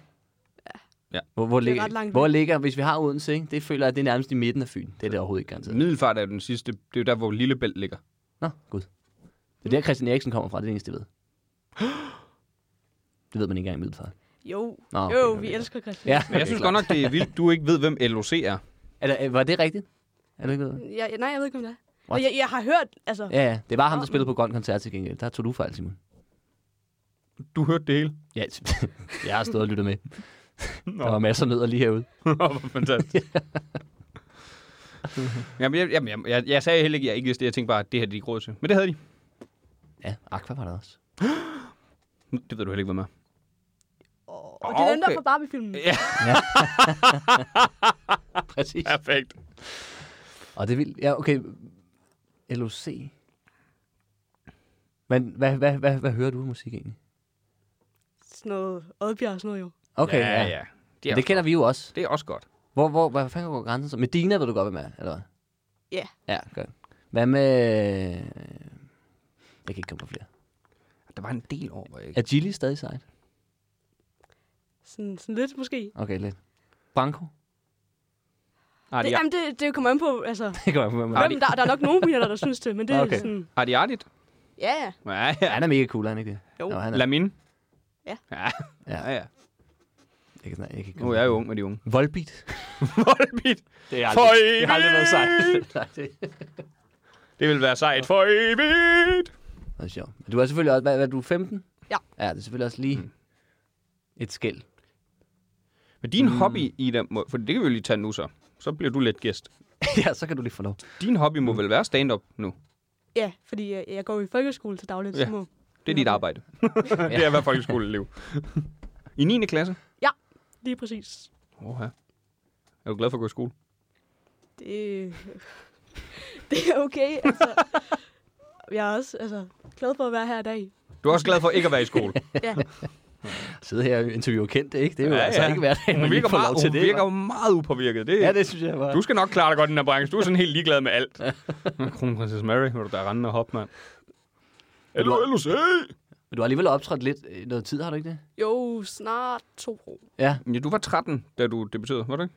Speaker 4: Ja.
Speaker 2: Hvor, hvor,
Speaker 5: Det er
Speaker 2: ligger,
Speaker 5: ret langt
Speaker 2: hvor
Speaker 5: væk.
Speaker 2: ligger, hvis vi har Odense, ikke? Det føler jeg, det er nærmest i midten af Fyn. Det er det overhovedet ikke garanteret.
Speaker 4: Middelfart er den sidste. Det er jo der, hvor Lillebælt ligger.
Speaker 2: Nå, gud. Det er der, Christian Eriksen kommer fra, det er det eneste, jeg ved. Det ved man ikke engang i Middelfart.
Speaker 5: Jo,
Speaker 2: Nå,
Speaker 5: okay,
Speaker 2: okay,
Speaker 5: jo,
Speaker 2: okay,
Speaker 5: vi
Speaker 2: okay.
Speaker 5: elsker Christian.
Speaker 2: Ja,
Speaker 4: Men jeg synes godt nok, det er vildt, du ikke ved, hvem LOC er.
Speaker 2: Er der, øh, var det rigtigt? Er det ikke noget?
Speaker 5: Ja, ja, nej, jeg ved ikke, om det er.
Speaker 2: What?
Speaker 5: Jeg, jeg har hørt, altså...
Speaker 2: Ja, ja. Det var ham,
Speaker 5: Nå,
Speaker 2: der spillede på Grøn Koncert til gengæld. Der tog du fejl, Simon.
Speaker 4: Du hørte det hele.
Speaker 2: Ja, jeg har stået og lyttet med.
Speaker 4: Nå.
Speaker 2: Der var masser af nødder lige herude.
Speaker 4: Hvor fantastisk. jamen, jeg, jamen, jeg, jeg, jeg sagde heller ikke, at jeg ikke vidste det. Jeg tænkte bare, at det her de ikke råd til. Men det havde de.
Speaker 2: Ja, Aqua var der også.
Speaker 4: Det ved du heller ikke, hvad med.
Speaker 5: Og, og det er den der
Speaker 4: Okay.
Speaker 5: fra Barbie-filmen.
Speaker 4: Ja,
Speaker 2: Præcis.
Speaker 4: perfekt.
Speaker 2: Og det vil... Ja, okay. LOC. Men hvad, hvad, hvad, hvad hører du af musik egentlig?
Speaker 5: Sådan noget Oddbjerg og sådan noget, jo.
Speaker 2: Okay,
Speaker 4: ja, ja. Det er,
Speaker 2: Det kender vi jo også.
Speaker 4: det er også godt.
Speaker 2: Hvor, hvor, hvor fanden går grænsen så? Medina ved du godt, hvem er, eller hvad?
Speaker 5: Ja.
Speaker 2: Ja, godt. Hvad med... øh, Jeg kan ikke komme på flere.
Speaker 4: Der var en del år, hvor jeg ikke...
Speaker 2: Er Gilly stadig sejt?
Speaker 5: Sådan, sådan lidt, måske.
Speaker 2: Okay, lidt. Branko?
Speaker 4: Har
Speaker 5: Det,
Speaker 4: Ah, de,
Speaker 5: jamen, det, det kommer an på, altså...
Speaker 2: Det kan jeg på,
Speaker 5: Hvem, der, der er nok nogen miner, der synes det, men det er
Speaker 2: Okay.
Speaker 5: okay. sådan...
Speaker 4: har de artigt?
Speaker 5: Ja, ja.
Speaker 4: Ja, ja.
Speaker 2: Han er mega cool, er han ikke det?
Speaker 5: Jo.
Speaker 2: han er,
Speaker 4: Lamin?
Speaker 5: Ja.
Speaker 4: Ja,
Speaker 2: ja,
Speaker 4: ja. ja.
Speaker 2: jeg kan, snart- jeg kan ikke
Speaker 4: Nu er jeg jo ung med de unge.
Speaker 2: Volbeat.
Speaker 4: Volbeat.
Speaker 2: Det er
Speaker 4: For evigt.
Speaker 2: Nej, det
Speaker 4: Det vil være sejt for evigt.
Speaker 2: er sjovt. Men du er selvfølgelig også... Hvad, hvad er du, 15?
Speaker 5: Ja.
Speaker 2: Ja, det er selvfølgelig også lige mm. et skæld.
Speaker 4: Men din mm. hobby, Ida, må, for det kan vi jo lige tage nu så. Så bliver du lidt gæst.
Speaker 2: ja, så kan du lige få lov.
Speaker 4: Din hobby må vel være stand-up nu.
Speaker 5: Ja, fordi øh, jeg, jeg går jo i folkeskole til dagligt,
Speaker 4: Ja.
Speaker 5: så må...
Speaker 4: Det er dit arbejde. det er at være folkeskoleelev. I 9. klasse?
Speaker 5: Lige præcis.
Speaker 4: Åh, ja. Er du glad for at gå i skole?
Speaker 5: Det, det er okay, altså. Jeg er også altså, glad for at være her i dag.
Speaker 4: Du er også glad for ikke at være i skole.
Speaker 2: Sidde her og interviewe kendte, ikke? Det er jo
Speaker 4: Ja,
Speaker 2: ja, altså
Speaker 4: ja.
Speaker 2: ikke hverdagen, man
Speaker 4: Hun
Speaker 2: lige
Speaker 4: virker,
Speaker 2: får lov
Speaker 4: meget,
Speaker 2: til
Speaker 4: hun
Speaker 2: det.
Speaker 4: virker jo meget upåvirket. Det,
Speaker 2: hva'? Ja, det synes jeg var.
Speaker 4: Du skal nok klare dig godt i den her branche. Du er sådan helt ligeglad med alt. Kronprinsesse Mary, hvor du der rende og hoppe, mand. Hello, hello, say.
Speaker 2: Men du har alligevel optrådt lidt øh, noget tid, har du ikke det?
Speaker 5: Jo, snart to år.
Speaker 2: Ja.
Speaker 4: Ja, du var 13, da du debuterede, var du ikke?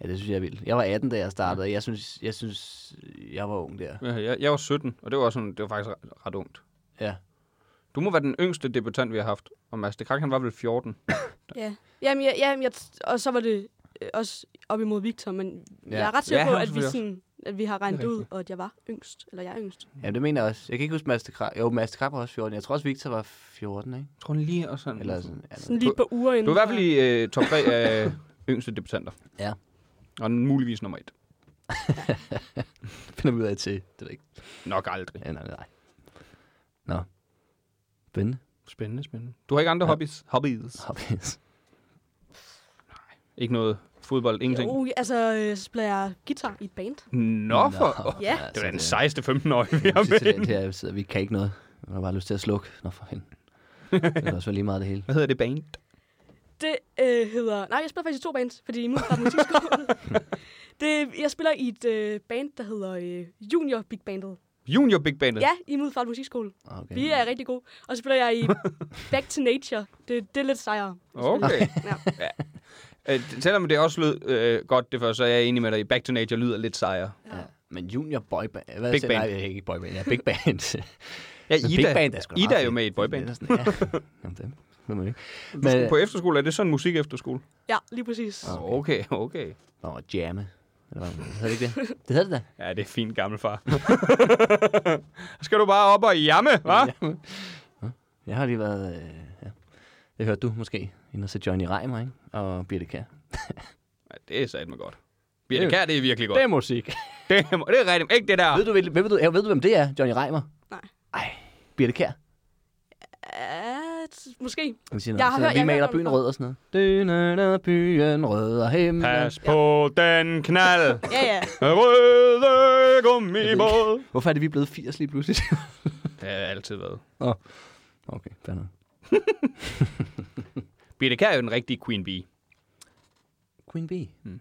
Speaker 2: Ja, det synes jeg er vildt. Jeg var 18, da jeg startede, og jeg synes, jeg, synes, jeg var ung der.
Speaker 4: Ja, jeg, jeg var 17, og det var, sådan, det var faktisk ret, ret ungt.
Speaker 2: Ja.
Speaker 4: Du må være den yngste debutant, vi har haft. Og Mads de Krak, han var vel 14.
Speaker 5: Ja. Jamen, jeg, jamen jeg, og så var det øh, også op imod Victor, men ja. jeg er ret sikker
Speaker 4: Ja,
Speaker 5: på,
Speaker 4: han var
Speaker 5: at vi,
Speaker 4: selvfølgelig også.
Speaker 5: sådan, at vi har regnet
Speaker 4: Det er
Speaker 5: det ud, og at jeg var yngst, eller jeg er yngst.
Speaker 2: Ja, det mener jeg også. Jeg kan ikke huske Mads de Krab. Jo, Mads de Krab var også 14. Jeg tror også, Victor var 14, ikke?
Speaker 4: Jeg tror lige, og sådan.
Speaker 2: Eller sådan. Ja,
Speaker 5: Sådan lige på uger inden.
Speaker 4: Du er i hvert fald i øh, top 3 af yngste debutanter.
Speaker 2: Ja.
Speaker 4: Og muligvis nummer 1.
Speaker 2: det finder vi ud af til. Det ved jeg ikke.
Speaker 4: Nok aldrig.
Speaker 2: Ja, nej, nej. Nå. Spændende.
Speaker 4: Spændende, spændende. Du har ikke andre ja. hobbies? Hobbies.
Speaker 2: Hobbies.
Speaker 4: Ikke noget fodbold, ingenting?
Speaker 5: Jo, altså, øh, så spiller jeg guitar i et band.
Speaker 4: Nå, for... Nå. Det
Speaker 5: Ja.
Speaker 2: altså,
Speaker 4: var da den
Speaker 2: det-
Speaker 4: sejeste 15-årige, vi har
Speaker 2: Jeg synes,
Speaker 4: med.
Speaker 2: det her, sidder, vi kan ikke noget. Man har bare lyst til at slukke. Nå, for hende. Det er også være lige meget det hele.
Speaker 4: Hvad hedder det band?
Speaker 5: Det øh, hedder... Nej, jeg spiller faktisk i to bands, fordi i Middelfart Musikskole... det, jeg spiller i et øh, band, der hedder øh, Junior Big Bandet.
Speaker 4: Junior Big Bandet?
Speaker 5: Ja, i Middelfart Musikskole.
Speaker 2: Okay.
Speaker 5: Vi er rigtig gode. Og så spiller jeg i Back to Nature. Det, det er lidt sejere.
Speaker 4: Okay.
Speaker 5: Ja.
Speaker 4: Øh, selvom det også lød øh, godt det før, så er jeg enig med dig. i. Back to Nature lyder lidt sejere.
Speaker 2: Ja. Men junior boyband... Hvad
Speaker 4: Big
Speaker 2: siger-
Speaker 4: band.
Speaker 2: Nej, ikke boyband. Ja, big band.
Speaker 4: Ja,
Speaker 2: Men
Speaker 4: Ida,
Speaker 2: big band er sgu da
Speaker 4: Ida
Speaker 2: meget
Speaker 4: er jo
Speaker 2: fedt.
Speaker 4: med i et boyband.
Speaker 2: Det er sådan, ja. Jamen, det ved man ikke.
Speaker 4: Men...
Speaker 2: Men,
Speaker 4: På efterskole, er det sådan musik efterskole?
Speaker 5: ja, lige præcis.
Speaker 4: Okay, okay.
Speaker 2: Nå, jamme. Eller hvad hedder det ikke det? Det hedder det da.
Speaker 4: Ja, det er fint, gammel far. skal du bare op og jamme, hva'?
Speaker 2: Jamme. Nå, Jeg har lige været... Øh, ja. Det hørte du måske, inden at se Johnny Reimer, ikke? Og Birte Kær.
Speaker 4: Ej, det er satme godt. Birte Kær, det er virkelig godt.
Speaker 2: Det er musik.
Speaker 4: Det, er, det er rigtigt. Ikke det der.
Speaker 2: Ved du, hvem- ved, du, ja, ved du, hvem det er, Johnny Reimer?
Speaker 5: Nej.
Speaker 2: Ej, Birte Kær.
Speaker 5: At, måske.
Speaker 2: Jeg siger
Speaker 5: Jeg
Speaker 2: noget.
Speaker 5: har
Speaker 2: Så
Speaker 5: hørt-
Speaker 2: vi
Speaker 5: jeg har
Speaker 2: maler
Speaker 5: hørt om
Speaker 2: byen
Speaker 5: det
Speaker 2: rød og sådan noget. Dynerne byen rød og himmel.
Speaker 4: Pas på den knald.
Speaker 5: Ja, ja.
Speaker 4: Røde gummibåd.
Speaker 2: Hvorfor er det, vi er blevet 80 lige pludselig?
Speaker 4: Det har altid været.
Speaker 2: okay, fair nok.
Speaker 4: Birte Kær er jo den rigtige Queen Bee.
Speaker 2: Queen Bee.
Speaker 4: Mm.
Speaker 2: Hmm.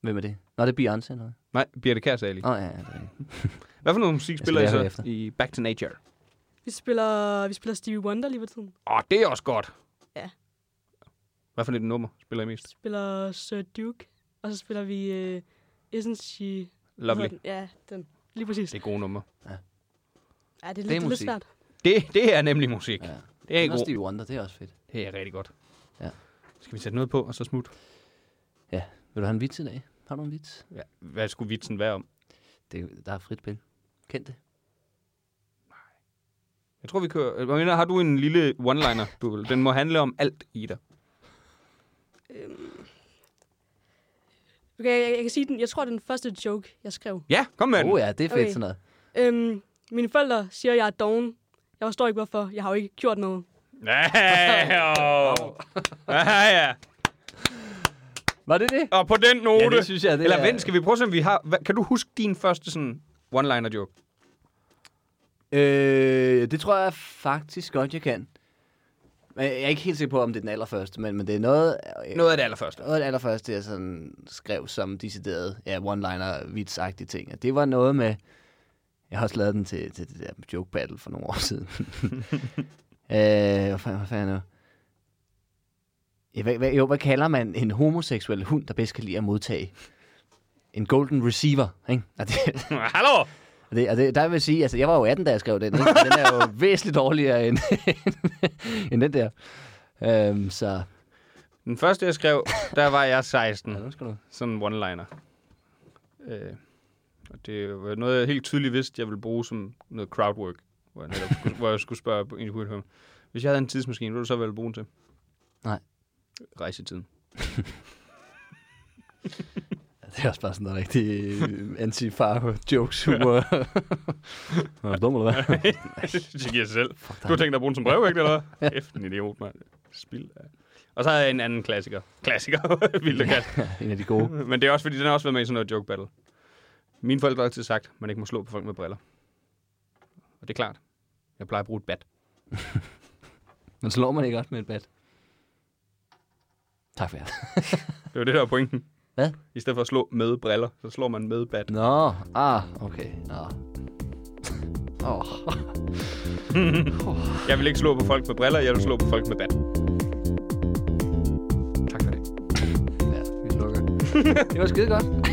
Speaker 2: Hvem er det? Nå, det er Beyoncé eller hvad?
Speaker 4: Nej, Birte Kær sagde jeg lige.
Speaker 2: Åh, oh, ja, ja, det er rigtigt.
Speaker 4: Hvad for noget musik spiller I
Speaker 2: Altså, jeg høre
Speaker 4: så
Speaker 2: efter.
Speaker 4: i Back to Nature?
Speaker 5: Vi spiller, vi spiller Stevie Wonder lige for tiden.
Speaker 4: Åh, det er også godt.
Speaker 5: Ja.
Speaker 4: Hvad for et nummer spiller I
Speaker 5: Vi
Speaker 4: mest?
Speaker 5: spiller Sir Duke, og så spiller vi uh, Isn't She... hvad
Speaker 4: Lovely.
Speaker 5: hedder den? Ja, den. Lige præcis.
Speaker 4: Det er gode numre.
Speaker 5: Ja, det er, lidt,
Speaker 2: er
Speaker 5: det er lidt
Speaker 2: musik.
Speaker 5: svært.
Speaker 4: Det, det er nemlig musik.
Speaker 2: Ja.
Speaker 4: Det er
Speaker 2: Det er også
Speaker 4: god.
Speaker 2: Stevie Wonder, det er også fedt.
Speaker 4: Det er rigtig godt.
Speaker 2: Ja.
Speaker 4: Skal vi sætte noget på, og så smut?
Speaker 2: Vil du have en vits i dag? Har du en vits?
Speaker 4: Ja. Hvad skulle vitsen være om?
Speaker 2: Det, er- der er frit spil. Kendt det?
Speaker 4: Jeg tror, vi kører... Øh, Marina, har du en lille one-liner? Du, vil- den må handle om alt i dig.
Speaker 5: Okay, jeg, jeg kan sige den. Jeg tror, det er den første joke, jeg skrev.
Speaker 4: Ja, kom med
Speaker 2: Åh
Speaker 4: den.
Speaker 2: oh, ja, det er fedt
Speaker 5: Okay.
Speaker 2: sådan noget.
Speaker 5: Øhm, mine forældre siger, at jeg er doven. Jeg forstår ikke, hvorfor. Jeg har jo ikke gjort noget.
Speaker 4: Ja, og- ja, ja.
Speaker 2: Var det det?
Speaker 4: Og på den note...
Speaker 2: Ja, det synes jeg, det
Speaker 4: Eller
Speaker 2: er-
Speaker 4: vent, skal vi prøve at se, om vi har... Hva, kan du huske din første sådan one-liner-joke?
Speaker 2: Øh, det tror jeg faktisk godt, jeg kan. Men jeg er ikke helt sikker på, om det er den allerførste, men, men det er noget, øh,
Speaker 4: Noget af det allerførste.
Speaker 2: noget af det allerførste, jeg sådan skrev som decideret ja, one-liner vitsagtige ting. Og det var noget med... Jeg har også lavet den til, til det der joke battle for nogle år siden. øh, hvad fanden, hvad fanden er det? ja, hvad, hvad, jo, hvad kalder man en homoseksuel hund, der bedst kan lide at modtage? En golden receiver, ikke? Og det,
Speaker 4: Hallo!
Speaker 2: og det, og det, der vil jeg sige, altså jeg var jo 18, da jeg skrev den, ikke? Og den er jo væsentligt dårligere end, end den der. Øhm, så...
Speaker 4: Den første, jeg skrev, der var jeg 16.
Speaker 2: nu skal du.
Speaker 4: Sådan en one-liner. Øh, og det var noget, jeg helt tydeligt vidste, jeg ville bruge som noget crowdwork, hvor jeg, netop skulle, hvor jeg skulle spørge på en publikum. Hvis jeg havde en tidsmaskine, ville du så vælge bruge den til?
Speaker 2: Nej.
Speaker 4: Rejsetiden.
Speaker 2: Det er også bare sådan noget rigtig øh, anti-far-jokes humor. Nå, er du dum, eller hvad?
Speaker 4: det giver sig selv. Du har tænkt dig at bruge den som brevvægt, eller hvad? Efter en idiot, mand. Spild. af- Og så havde jeg en anden klassiker. Klassiker. Vildt og kast.
Speaker 2: En af de gode.
Speaker 4: Men det er også, fordi den har også været med i sådan noget joke battle. Mine forældre har altid sagt, at man ikke må slå på folk med briller. Og det er klart. Jeg plejer at bruge et bat.
Speaker 2: Men slår man ikke også med et bat? Tak for jer.
Speaker 4: Det var det, der var pointen.
Speaker 2: Hvad?
Speaker 4: I stedet for at slå med briller, så slår man med bat.
Speaker 2: Nå, ah, okay. Nå. Åh, oh,
Speaker 4: Jeg vil ikke slå på folk med briller, jeg vil slå på folk med bat. Tak for det.
Speaker 2: ja, vi lukker. Det var skide godt.